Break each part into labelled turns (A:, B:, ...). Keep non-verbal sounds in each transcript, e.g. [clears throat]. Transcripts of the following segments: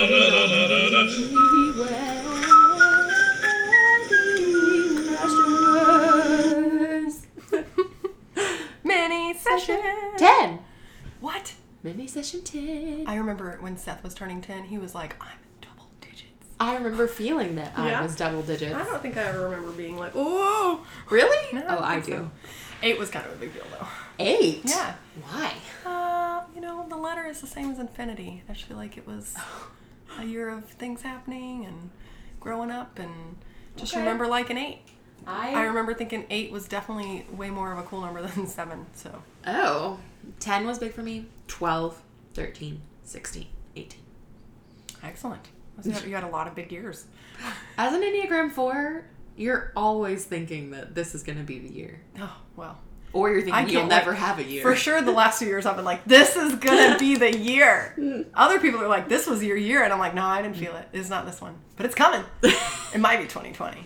A: Dum-ba-da-da-da-da-da.
B: Mini session.
C: [laughs] Ten.
B: What?
C: Mini session ten.
B: I remember when Seth was turning 10, he was like, I'm double digits.
C: I remember feeling that
B: Yeah.
C: I was double digits.
B: I don't think I ever remember being like, whoa.
C: Really?
B: No,
C: oh, I
B: think
C: do.
B: so. Eight was kind of a big deal, though.
C: Eight.
B: Yeah.
C: Why?
B: Uh, you know, the letter is the same as infinity. I just feel like it was a year of things happening and growing up and just
C: Okay.
B: remember like an eight. I
C: I.
B: remember thinking eight was definitely way more of a cool number [laughs] than seven, so.
C: oh. Ten was big for me. 12, 13, 16, 18.
B: Excellent. You [laughs] had- you had a lot of big years.
C: As an Enneagram 4, you're always thinking that this is going to be the year.
B: Oh, well.
C: Or you're thinking
B: can't
C: you'll
B: wait.
C: never have a year.
B: For sure, the last few years I've been like, this is gonna
C: [laughs]
B: be the
C: Hmm.
B: year. Other people are like, this was your year. And I'm like, no, I didn't feel it. It's not this one, but it's
C: [laughs]
B: coming. It might be 2020.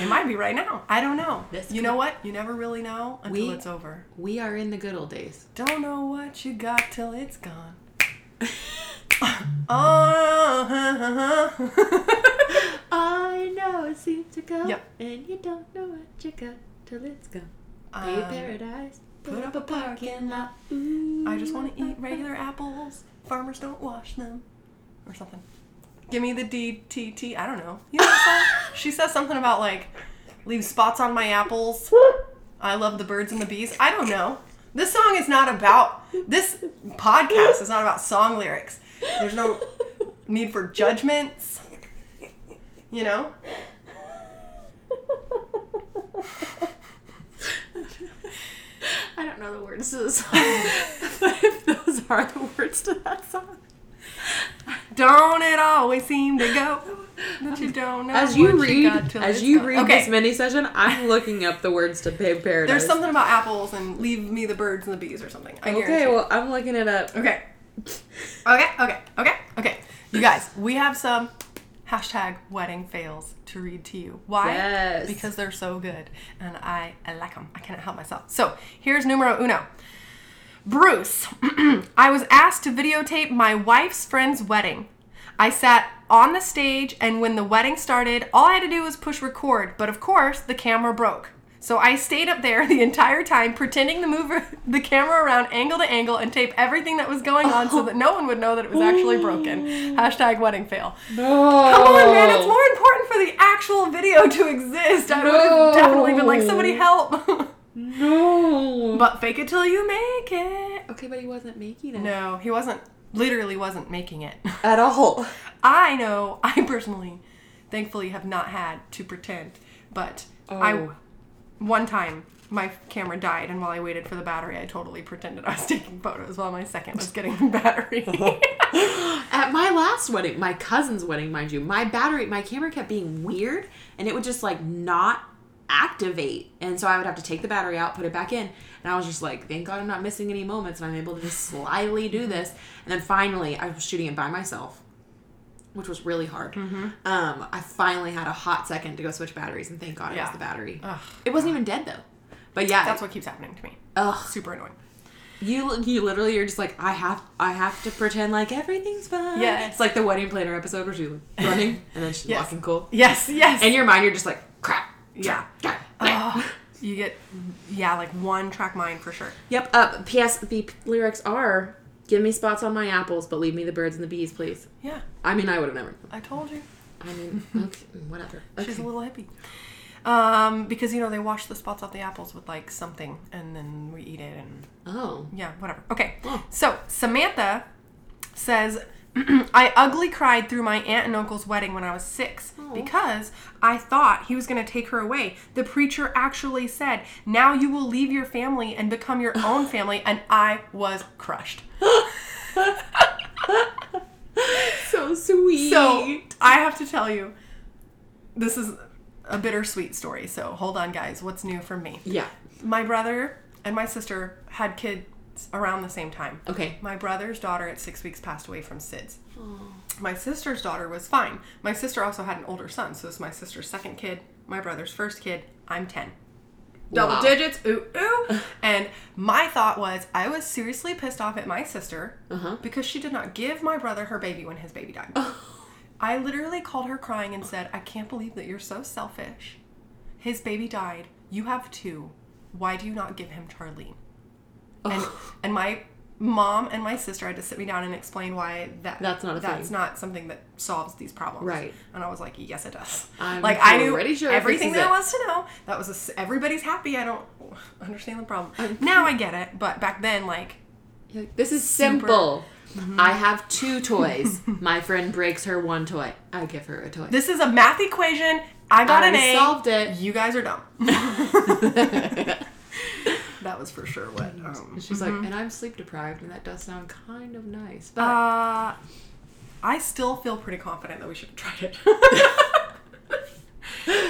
B: It might be right now. I don't know.
C: This
B: you
C: could-
B: know what? You never really know until
C: We-
B: it's over.
C: [laughs] we are in the good old
B: [laughs]
C: days.
B: Don't know what you got till it's gone. [laughs] Uh, oh.
C: [laughs] I know it seems to go,
B: Yep.
C: and you don't know what you got till it's gone.
B: Um,
C: paradise,
B: put up a parking
C: lot.
B: I just want to eat
C: [laughs]
B: regular apples. Farmers don't wash them. Or something. Give me the DTT. I don't know. You know what song? she says something about like, leave spots on my apples. I love the birds and the bees. I don't know. This song is not about, this podcast is not about song lyrics. There's no need for judgments. You know?
C: [laughs] I don't know the words to the [laughs] song, but [laughs] if those are the words to that song.
B: [laughs] Don't it always seem to
C: [laughs]
B: go that you don't know
C: As you
B: what
C: read,
B: got till
C: as
B: it's
C: you
B: gone.
C: read
B: Okay.
C: this mini session, I'm looking up the words to Babe Paradise.
B: There's something about apples and leave me the birds and the bees or something. I guarantee
C: Okay,
B: it.
C: well, I'm looking it up.
B: Okay. Okay, okay, okay, okay. You guys, we have some hashtag wedding fails to read to you. Why?
C: Yes.
B: Because they're so good and I, I like them. I cannot help myself. So here's numero uno. Bruce, [clears throat] I was asked to videotape my wife's friend's wedding. I sat on the stage, and when the wedding started, all I had to do was push record, but of course, the camera broke. So I stayed up there [laughs] the entire time, pretending to move [laughs] the camera around angle to angle and tape everything that was going on so that no one would know that it was actually broken. Hashtag wedding fail.
C: No.
B: Come on, Oh, man,
C: Oh.
B: it's more important for the actual video to exist. I would
C: No.
B: have definitely been like, somebody help. [laughs]
C: No.
B: but fake it till you make it.
C: okay, but he wasn't making it
B: No, he wasn't. Literally wasn't making it. [laughs]
C: at all.
B: I know. I personally, thankfully, have not had to pretend. But I,
C: Oh.
B: one time, my camera died, and while I waited for the battery, I totally pretended I was [laughs] taking photos while my second was getting
C: [laughs]
B: the battery. [laughs]
C: At my last wedding, my cousin's wedding, mind you, my battery, my camera kept being weird and it would just like not activate. And so I would have to take the battery out, put it back in. And I was just like, thank God I'm not missing any moments and I'm able to just slyly do this. And then finally, I was shooting it by myself, which was really hard.
B: Mm-hmm.
C: Um, I finally had a hot second to go switch batteries and thank God it was
B: Yeah.
C: the battery.
B: Ugh.
C: It wasn't even dead though. But yeah,
B: That's what keeps happening to me.
C: ugh,
B: Super annoying.
C: you you literally are just like I have I have to pretend like everything's fine.
B: Yes.
C: it's like the wedding planner episode where she's
B: [laughs]
C: like running and then she's
B: Yes.
C: walking cool.
B: Yes, yes.
C: In your mind, you're just like crap.
B: yeah.
C: crap, crap.
B: Ugh. [laughs] you get, yeah, like one track mind for sure.
C: Yep. Up. P.S. The p- lyrics are "Give me spots on my apples, but leave me the birds and the bees, please."
B: Yeah,
C: I mean, I would have never.
B: I told you.
C: I
B: [laughs]
C: mean, okay, whatever.
B: She's
C: Okay.
B: a little hippie. Um, because you know they wash the spots off the apples with like something, and then we eat it, and
C: Oh.
B: yeah, whatever. Okay,
C: Oh.
B: so Samantha says, [clears throat] "I ugly cried through my aunt and uncle's wedding when I was six because I thought he was going to take her away. The preacher actually said, "Now you will leave your family and become your own family," and I was crushed.
C: So sweet.
B: So I have to tell you, this is a bittersweet story. So hold on, guys. What's new from me?
C: Yeah.
B: my brother and my sister had kids around the same time.
C: Okay.
B: My brother's daughter at six weeks passed away from SIDS. My sister's daughter was fine. My sister also had an older son, so it's my sister's second kid, my brother's first kid. I'm 10. double
C: Wow.
B: digits, ooh,
C: [laughs]
B: ooh. and my thought was, I was seriously pissed off at my sister
C: Uh-huh.
B: because she did not give my brother her baby when his baby
C: Oh.
B: died. I literally called her crying and said, I can't believe that you're so selfish. His baby died. You have two. Why do you not give him Charlene? And, and my mom and my sister had to sit me down and explain why that
C: That's not a
B: that's
C: thing.
B: not something that solves these problems.
C: Right.
B: And I was like, yes, it does.
C: I'm
B: like I knew
C: pretty sure it
B: everything
C: fixes
B: there
C: it.
B: was to know. That was a s everybody's happy. I don't understand the problem. now I get it, but back then, like, Mm-hmm.
C: You're like, this is simple. I have two toys. My friend breaks her one toy. I give her a toy.
B: this is a math equation. I got
C: I
B: an A.
C: solved it.
B: You guys are dumb. that was for sure what. Um,
C: She's like, and I'm sleep deprived, and that does sound kind of nice. But
B: uh, I still feel pretty confident that we should have tried it. [laughs]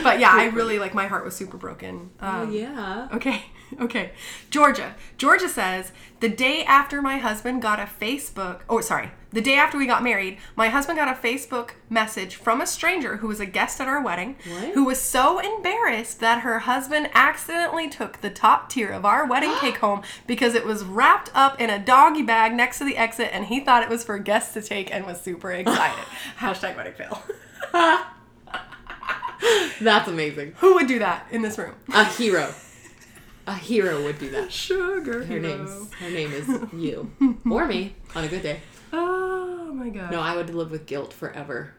B: but yeah, I really like my heart was super broken.
C: Oh,
B: Um,
C: yeah.
B: Okay, [laughs] okay. Georgia. Georgia says, the day after my husband got a Facebook, oh, sorry, the day after we got married, my husband got a Facebook message from a stranger who was a guest at our wedding,
C: What?
B: who was so embarrassed that her husband accidentally took the top tier of our wedding cake home because it was wrapped up in a doggy bag next to the exit and he thought it was for guests to take and was super excited. Hashtag wedding fail.
C: [laughs] That's amazing.
B: Who would do that in this room?
C: A hero. A hero would do that.
B: Sugar.
C: Her name's her name [laughs] is you or me on a good day.
B: Oh my god.
C: No, I would live with guilt forever.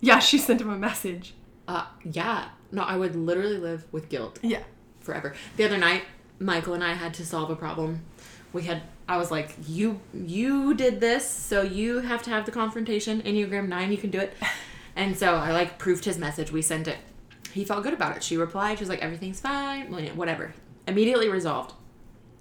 B: Yeah, she sent him a message.
C: Uh, yeah. No, I would literally live with guilt
B: Yeah.
C: forever. The other night, Michael and I had to solve a problem. We had I was like, "You you did this, so you have to have the confrontation. Enneagram 9, you can do it." And so I like proofed his message. We sent it. He felt good about it. She replied. She was like, "Everything's fine." Well, yeah, Whatever. Immediately resolved.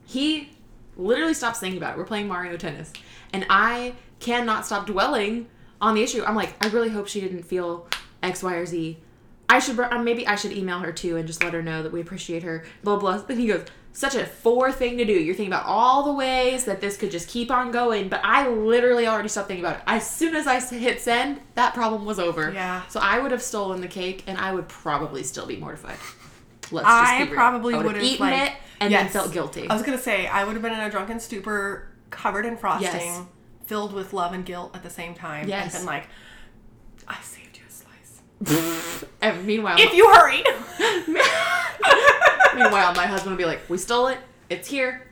C: He literally stops thinking about it. We're playing Mario Tennis, and I cannot stop dwelling on the issue. I'm like, I really hope she didn't feel X, Y, or Z. I should br- uh, maybe I should email her too and just let her know that we appreciate her. Blah blah. Then he goes, such a four thing to do. You're thinking about all the ways that this could just keep on going, but I literally already stopped thinking about it. As soon as I s- hit send, that problem was over.
B: Yeah.
C: So I would have stolen the cake, and I would probably still be mortified. Let's just
B: I
C: be real.
B: probably
C: I
B: would have
C: eaten it
B: like,
C: and then
B: Yes.
C: felt guilty.
B: I was gonna say I would have been in a drunken stupor, covered in frosting,
C: Yes.
B: filled with love and guilt at the same time.
C: Yes.
B: And been like, I saved you a slice.
C: And meanwhile,
B: If you hurried.
C: [laughs] meanwhile, my husband would be like, "We stole it. It's here.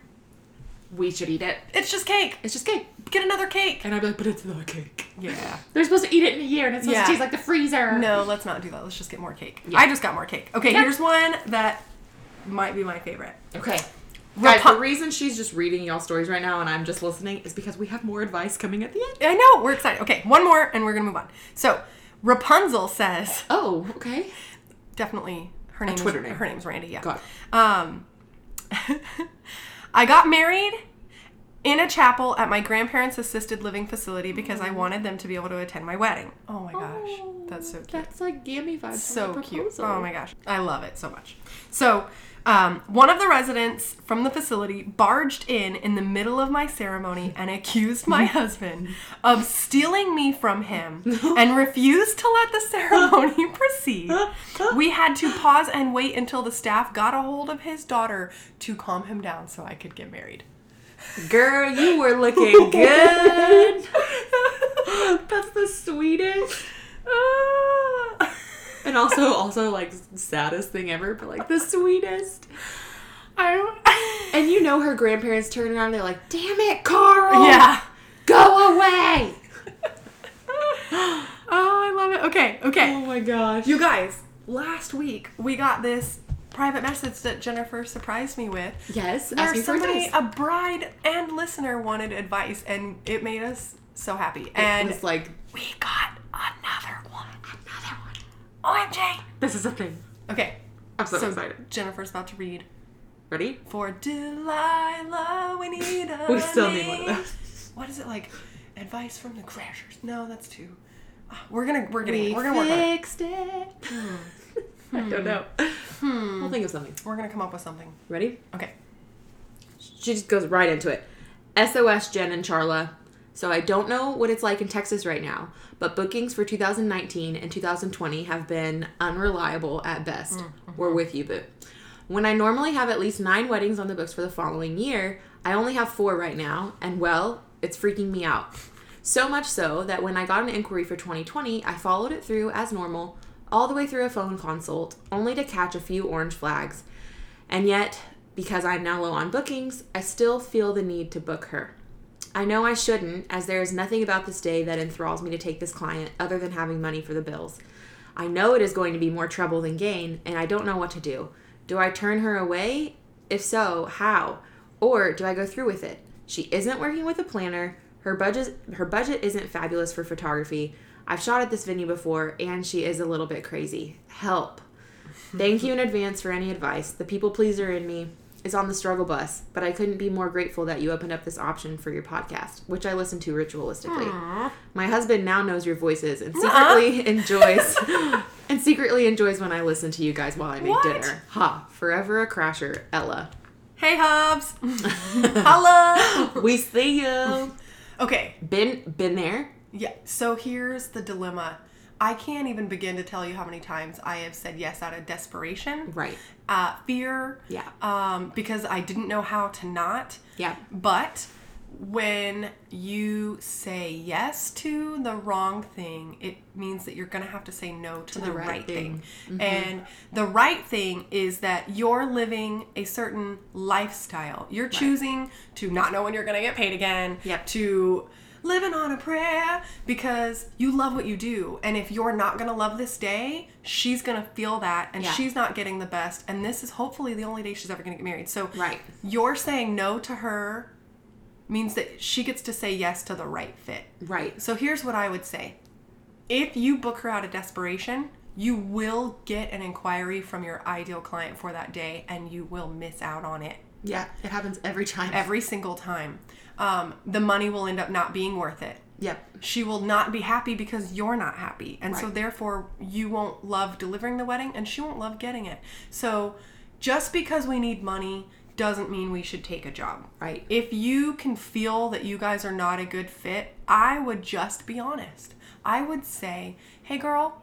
C: We should eat it.
B: it's just cake.
C: It's just cake."
B: Get another cake.
C: And I'd be like, "But it's not cake.
B: Yeah.
C: They're supposed to eat it in a year, and it's supposed
B: Yeah.
C: to taste like the freezer."
B: No, let's not do that. Let's just get more cake.
C: Yeah.
B: I just got more cake. Okay,
C: Yeah.
B: here's one that might be my favorite.
C: Okay. Guys,
B: Rapu-
C: the reason she's just reading y'all stories right now and I'm just listening is because we have more advice coming at the end.
B: I know, we're excited. Okay, one more and we're gonna move on. So Rapunzel says
C: Oh, okay.
B: definitely her name.
C: Twitter
B: is,
C: name.
B: Her name's Randy. Yeah.
C: Got
B: Um, [laughs] I got married in a chapel at my grandparents' assisted living facility because I wanted them to be able to attend my wedding. Oh my gosh, that's so cute.
C: That's like gammy vibes.
B: so cute. Oh my gosh, I love it so much. So. Um, one of the residents from the facility barged in in the middle of my ceremony and accused my husband of stealing me from him and refused to let the ceremony proceed. We had to pause and wait until the staff got a hold of his daughter to calm him down so I could get married.
C: Girl, you were looking good. [laughs] That's the sweetest. Ah. And also, also like saddest thing ever, but like the sweetest.
B: I, [laughs]
C: And you know her grandparents turn around and they're like, damn it, Carl!
B: yeah. [laughs]
C: Go away!
B: oh, I love it. Okay, okay.
C: Oh my gosh.
B: You guys, last week we got this private message that Jennifer surprised me with.
C: yes,
B: Where
C: ask me for
B: somebody,
C: advice.
B: a bride and listener, wanted advice, and it made us so happy. And
C: It's like
B: we got another one. Another one. OMG.
C: this is a thing.
B: Okay.
C: I'm so, excited.
B: Jennifer's about to read.
C: Ready?
B: For Delilah, we need a
C: We still need one of
B: name.
C: those.
B: What is it like? Advice from the Crashers? No, that's two. Ah, We're gonna we're getting it. we're gonna work on it.
C: fixed it. Hmm. [laughs] I don't know. I'll think of something.
B: We're gonna come up with something.
C: Ready?
B: Okay.
C: She just goes right into it. SOS Jen and Charla. So I don't know what it's like in Texas right now, but bookings for 2019 and 2020 have been unreliable at best. We're with you, boo. When I normally have at least nine weddings on the books for the following year, I only have four right now, and well, it's freaking me out. So much so that when I got an inquiry for 2020, I followed it through as normal, all the way through a phone consult, only to catch a few orange flags. And yet, because I'm now low on bookings, I still feel the need to book her. I know I shouldn't, as there is nothing about this day that enthralls me to take this client other than having money for the bills. I know it is going to be more trouble than gain, and I don't know what to do. Do I turn her away? If so, how? Or do I go through with it? She isn't working with a planner. Her budget her budget isn't fabulous for photography. I've shot at this venue before, and she is a little bit crazy. Help. Thank you in advance for any advice. The people pleaser in me is on the struggle bus, but I couldn't be more grateful that you opened up this option for your podcast, which I listen to ritualistically. My husband now knows your voices and secretly enjoys [laughs] and secretly enjoys when I listen to you guys while I make
B: What?
C: dinner. Ha, forever a crasher, Ella.
B: Hey, [laughs] Hubs. Holla.
C: We see you.
B: Okay.
C: Been been there.
B: Yeah. So here's the dilemma. I can't even begin to tell you how many times I have said yes out of desperation,
C: Right.
B: uh, fear,
C: Yeah.
B: um, because I didn't know how to not.
C: Yeah.
B: But when you say yes to the wrong thing, it means that you're going to have to say no to, the, right, thing. Mm-hmm. And the right thing is that you're living a certain lifestyle. You're choosing to not know when you're going to get paid again,
C: Yep.
B: to living on a prayer because you love what you do. And if you're not going to love this day, she's going to feel that and
C: Yeah.
B: she's not getting the best. And this is hopefully the only day she's ever going to get married. So
C: Right.
B: you're saying no to her means that she gets to say yes to the right fit.
C: Right.
B: So here's what I would say. If you book her out of desperation, you will get an inquiry from your ideal client for that day and you will miss out on it
C: Yeah. It happens every time.
B: every single time. Um, the money will end up not being worth it.
C: yep.
B: She will not be happy because you're not happy. And so,
C: Right.
B: therefore, you won't love delivering the wedding and she won't love getting it. So, just because we need money doesn't mean we should take a job.
C: Right.
B: If you can feel that you guys are not a good fit, I would just be honest. I would say, hey, girl,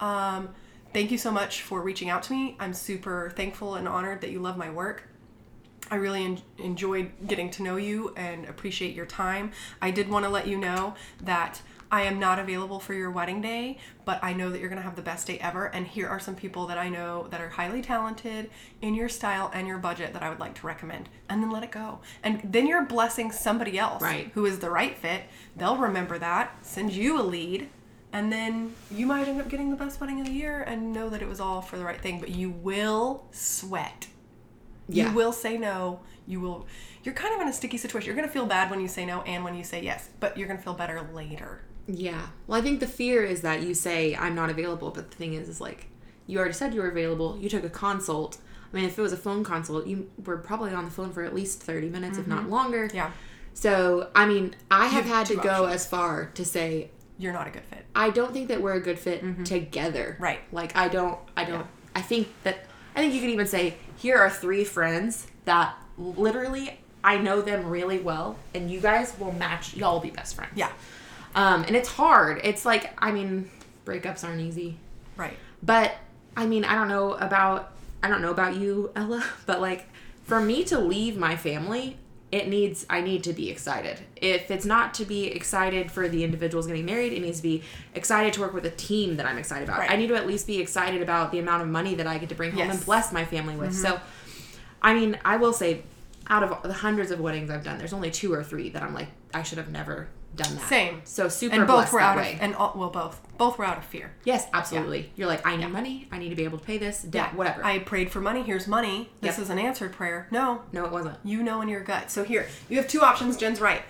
B: um, thank you so much for reaching out to me. I'm super thankful and honored that you love my work. I really en- enjoyed getting to know you and appreciate your time. I did want to let you know that I am not available for your wedding day, but I know that you're going to have the best day ever. And here are some people that I know that are highly talented in your style and your budget that I would like to recommend. And then let it go. And then you're blessing somebody else
C: Right.
B: who is the right fit. They'll remember that, send you a lead. And then you might end up getting the best wedding of the year and know that it was all for the right thing, but you will sweat.
C: Yeah.
B: You will say no. You will. You're kind of in a sticky situation. You're gonna feel bad when you say no and when you say yes, but you're gonna feel better later.
C: Yeah. Well, I think the fear is that you say I'm not available, but the thing is, is like you already said you were available. You took a consult. I mean, if it was a phone consult, you were probably on the phone for at least thirty minutes, if not longer.
B: Mm-hmm. Yeah,
C: So, I mean, I have
B: have
C: had to
B: two
C: go as far to say
B: you're not a good fit.
C: I don't think that we're a good fit together.
B: Mm-hmm. Right.
C: Like I don't I don't I think that I think you could even say here are three friends that literally I know them really well and you guys will match y'all will be best friends.
B: Yeah,
C: Um and it's hard. It's like I mean breakups aren't easy.
B: right.
C: But I mean, I don't know about I don't know about you, [laughs] Ella, but like for me to leave my family, it needs I need to be excited. If it's not to be excited for the individuals getting married, it needs to be excited to work with a team that I'm excited about.
B: Right.
C: I need to at least be excited about the amount of money that I get to bring home and
B: Yes. Mm-hmm.
C: bless my family with. So I mean, I will say out of the hundreds of weddings I've done, there's only two or three that I'm like I should have never done that.
B: Same.
C: So super
B: And both
C: blessed
B: were
C: that
B: out
C: way.
B: of and all, well, both both were out of fear.
C: Yes, absolutely. You're like, I need money. I need to be able to pay this debt, whatever.
B: I prayed for money. Here's money. This
C: Yep.
B: is an answered prayer. No,
C: no, it wasn't.
B: you know in your gut. So here, you have two options. Jen's right.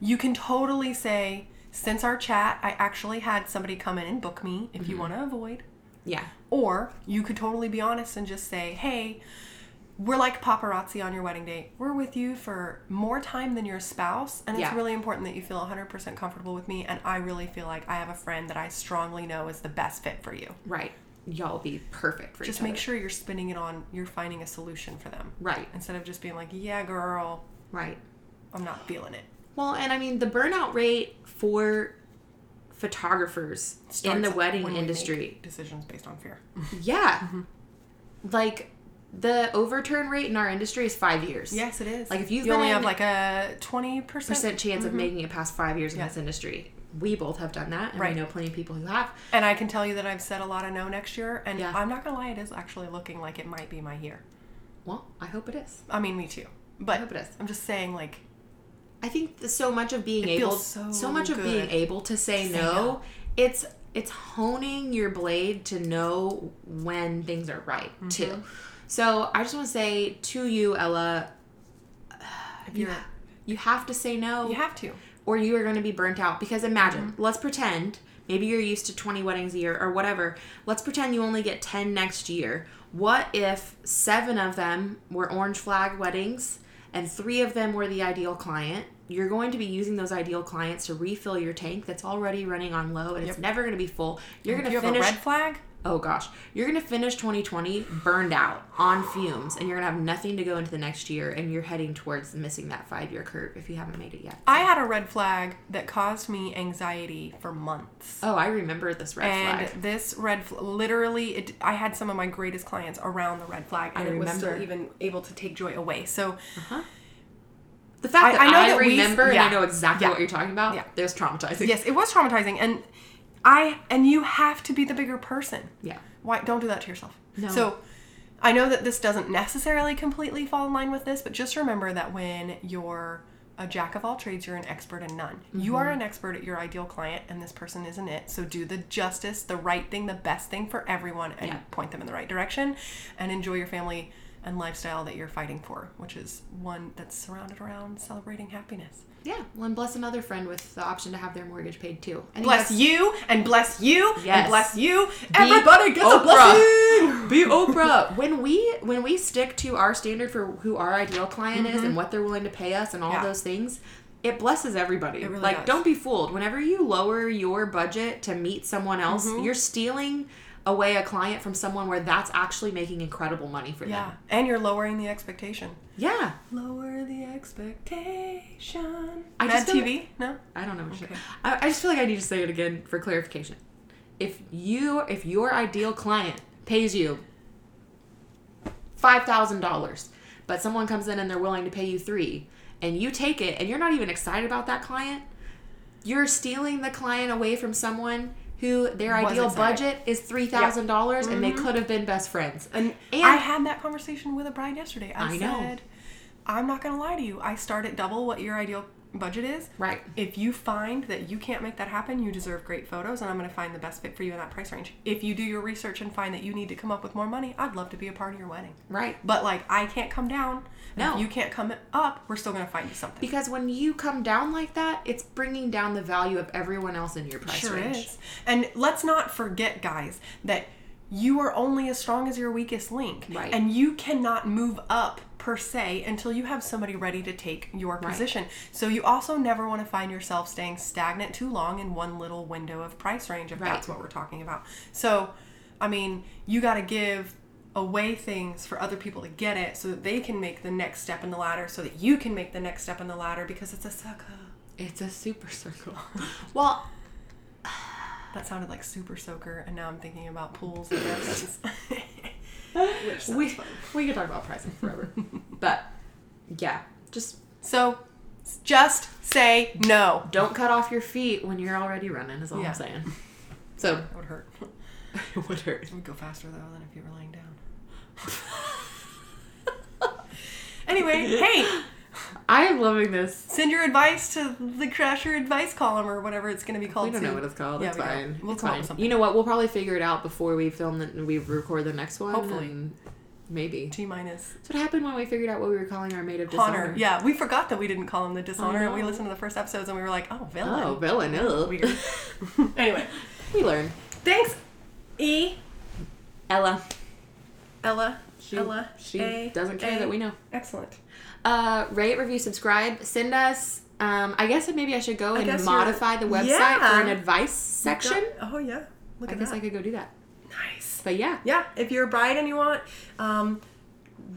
B: You can totally say, since our chat, I actually had somebody come in and book me. If you
C: Mm-hmm.
B: want to avoid,
C: Yeah.
B: Or you could totally be honest and just say, hey, we're like paparazzi on your wedding day. We're with you for more time than your spouse. And it's
C: Yeah.
B: really important that you feel 100% comfortable with me. And I really feel like I have a friend that I strongly know is the best fit for you.
C: Right. Y'all be perfect for
B: Just
C: each
B: make
C: other.
B: sure you're spinning it on, you're finding a solution for them.
C: Right.
B: Instead of just being like, yeah, girl,
C: Right.
B: I'm not feeling it.
C: Well, and I mean the burnout rate for photographers in
B: Starts
C: the wedding
B: when we make
C: [laughs]
B: Mm-hmm.
C: industry.
B: decisions based on fear.
C: Yeah. Like the overturn rate in our industry is five years.
B: Yes, it is.
C: Like, if you've
B: you
C: been
B: only
C: in-
B: have like a twenty percent,
C: percent chance
B: Mm-hmm.
C: of making it past five years in this industry. We both have done that, and
B: Right.
C: we know plenty of people who have.
B: and I can tell you that I've said a lot of no next year, and
C: Yeah.
B: I'm not gonna lie, it is actually looking like it might be my year.
C: Well, I hope it is.
B: I mean, me too,
C: I
B: but
C: hope it is.
B: I'm just saying, like,
C: I think the, so much of being
B: It
C: able,
B: feels
C: so,
B: so
C: much of being
B: good
C: able to say,
B: say
C: no,
B: no.
C: it's it's honing your blade to know when things are right
B: Mm-hmm.
C: too. So I just want to say to you, Ella,
B: if
C: you
B: you're,
C: you have to say no,
B: you have to.
C: or you are going to be burnt out. Because imagine,
B: Mm-hmm.
C: let's pretend maybe you're used to 20 weddings a year or whatever. Let's pretend you only get 10 next year. What if seven of them were orange flag weddings and three of them were the ideal client? You're going to be using those ideal clients to refill your tank that's already running on low and it's never going to be full. You're
B: If
C: going
B: you
C: to
B: have
C: finish
B: a red flag,
C: oh gosh, you're gonna finish 2020 burned out on fumes, and you're gonna have nothing to go into the next year, and you're heading towards missing that five year curve if you haven't made it yet.
B: I had a red flag that caused me anxiety for months.
C: Oh, I remember this red
B: and
C: flag.
B: this red fl- literally it, i had some of my greatest clients around the red flag and
C: I
B: it was still
C: remember.
B: even able to take joy away so
C: The fact
B: I-
C: that I,
B: I know that we-
C: remember and
B: yeah.
C: I know exactly
B: Yeah.
C: what you're talking about,
B: Yeah.
C: there's traumatizing.
B: yes it was traumatizing and i and you have to be the bigger person
C: Yeah.
B: why don't do that to yourself
C: No.
B: so i know that this doesn't necessarily completely fall in line with this but just remember that when you're a jack of all trades you're an expert in none you
C: Mm-hmm.
B: are an expert at your ideal client and this person isn't it so do the justice the right thing the best thing for everyone and
C: Yeah.
B: point them in the right direction and enjoy your family and lifestyle that you're fighting for which is one that's surrounded around celebrating happiness
C: Yeah. Well, and bless another friend with the option to have their mortgage paid too. I think
B: bless
C: that's-
B: you and bless you
C: Yes.
B: and bless you.
C: Be
B: Everybody gets
C: Oprah.
B: a
C: [laughs]
B: blessing.
C: Be Oprah. when we when we stick to our standard for who our ideal client is and what they're willing to pay us and all
B: Yeah.
C: those things, it blesses everybody.
B: really
C: like
B: does.
C: don't be fooled. Whenever you lower your budget to meet someone else, you're stealing away a client from someone where that's actually making incredible money for
B: Yeah,
C: them.
B: and you're lowering the expectation.
C: Yeah.
B: Lower the expectation.
C: I
B: I
C: just
B: Mad
C: feel-
B: TV? No.
C: I don't know what
B: Okay.
C: you I, I just feel like I need to say it again for clarification. If you if your ideal client pays you five thousand dollars, but someone comes in and they're willing to pay you three, and you take it and you're not even excited about that client, you're stealing the client away from someone who their
B: Was
C: ideal
B: excited. Mm-hmm.
C: budget is three thousand dollars and they could have been best friends.
B: And,
C: And-
B: I had that conversation with a bride yesterday. I,
C: I know.
B: said, I'm not gonna lie to you. I start at double what your ideal budget is.
C: Right.
B: If you find that you can't make that happen, you deserve great photos, and I'm gonna find the best fit for you in that price range. If you do your research and find that you need to come up with more money, I'd love to be a part of your wedding.
C: Right.
B: But like, I can't come down. and if
C: No.
B: you can't come up. We're still gonna find you something.
C: Because when you come down like that, it's bringing down the value of everyone else in your price
B: Sure
C: range.
B: is. And let's not forget, guys, that you are only as strong as your weakest link.
C: Right.
B: And you cannot move up per se until you have somebody ready to take your position. So you also never want to find yourself staying stagnant too long in one little window of price range, if
C: Right.
B: that's what we're talking about. So, I mean, you got to give away things for other people to get it so that they can make the next step in the ladder so that you can make the next step in the ladder because it's a sucker.
C: It's a super
B: [laughs]
C: circle. well,
B: That sounded like super soaker, and now I'm thinking about pools and mountains.
C: we we could talk about pricing
B: [laughs]
C: forever, but yeah, just
B: [laughs] so, s- just say no.
C: don't cut off your feet when you're already running. Is all
B: Yeah.
C: I'm saying.
B: [laughs]
C: So
B: That would hurt. It
C: [laughs] it would hurt.
B: would go faster though than if you were laying down.
C: [laughs]
B: Anyway, hey,
C: I am loving this.
B: send your advice to the Crasher Advice column or whatever it's going to be called.
C: We don't know
B: soon.
C: what it's called.
B: Yeah,
C: it's
B: we don't.
C: fine.
B: We'll
C: it's
B: come up
C: fine.
B: with something.
C: You know what? We'll probably figure it out before we film the, and we record the next one.
B: Hopefully.
C: and Maybe.
B: T minus
C: That's what happened when we figured out what we were calling our maid of dishonor.
B: honor. Yeah, we forgot that we didn't call him the dishonor. and We
C: know.
B: listened to the first episodes and we were like, oh, villain.
C: Oh, villain. Ugh.
B: Weird. [laughs] anyway,
C: [laughs] we learned.
B: thanks, E.
C: Ella.
B: Ella.
C: She,
B: Ella.
C: she
B: A-
C: doesn't care
B: A-
C: that we know.
B: Excellent.
C: uh, rate, review, subscribe. Send us. Um, I guess maybe I should go and
B: guess
C: modify the
B: you're-
C: website
B: Yeah.
C: for an advice section.
B: Oh yeah. Look
C: I
B: at
C: guess
B: that.
C: I could go do that.
B: nice.
C: But yeah,
B: Yeah, if you're a bride and you want um,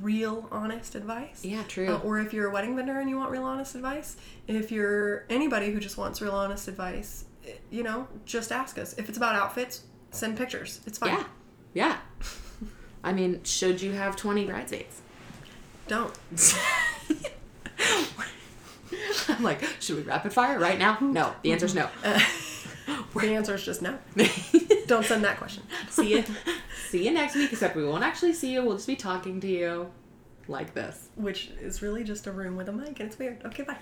B: real honest advice.
C: yeah, true.
B: Uh, or if you're a wedding vendor and you want real honest advice, if you're anybody who just wants real honest advice, eh, you know, just ask us. If it's about outfits, send pictures. It's fine.
C: yeah, yeah. I mean, should you have 20 bridesmaids? [laughs]
B: Don't.
C: I'm like, should we rapid fire right now? No. The answer's no. [laughs]
B: The answer is just no. Uh, Don't send
C: [laughs]
B: that question.
C: see you. See you next week, except we won't actually see you. We'll just be talking to you like this.
B: Which is really just a room with a mic, and it's weird. Okay, bye.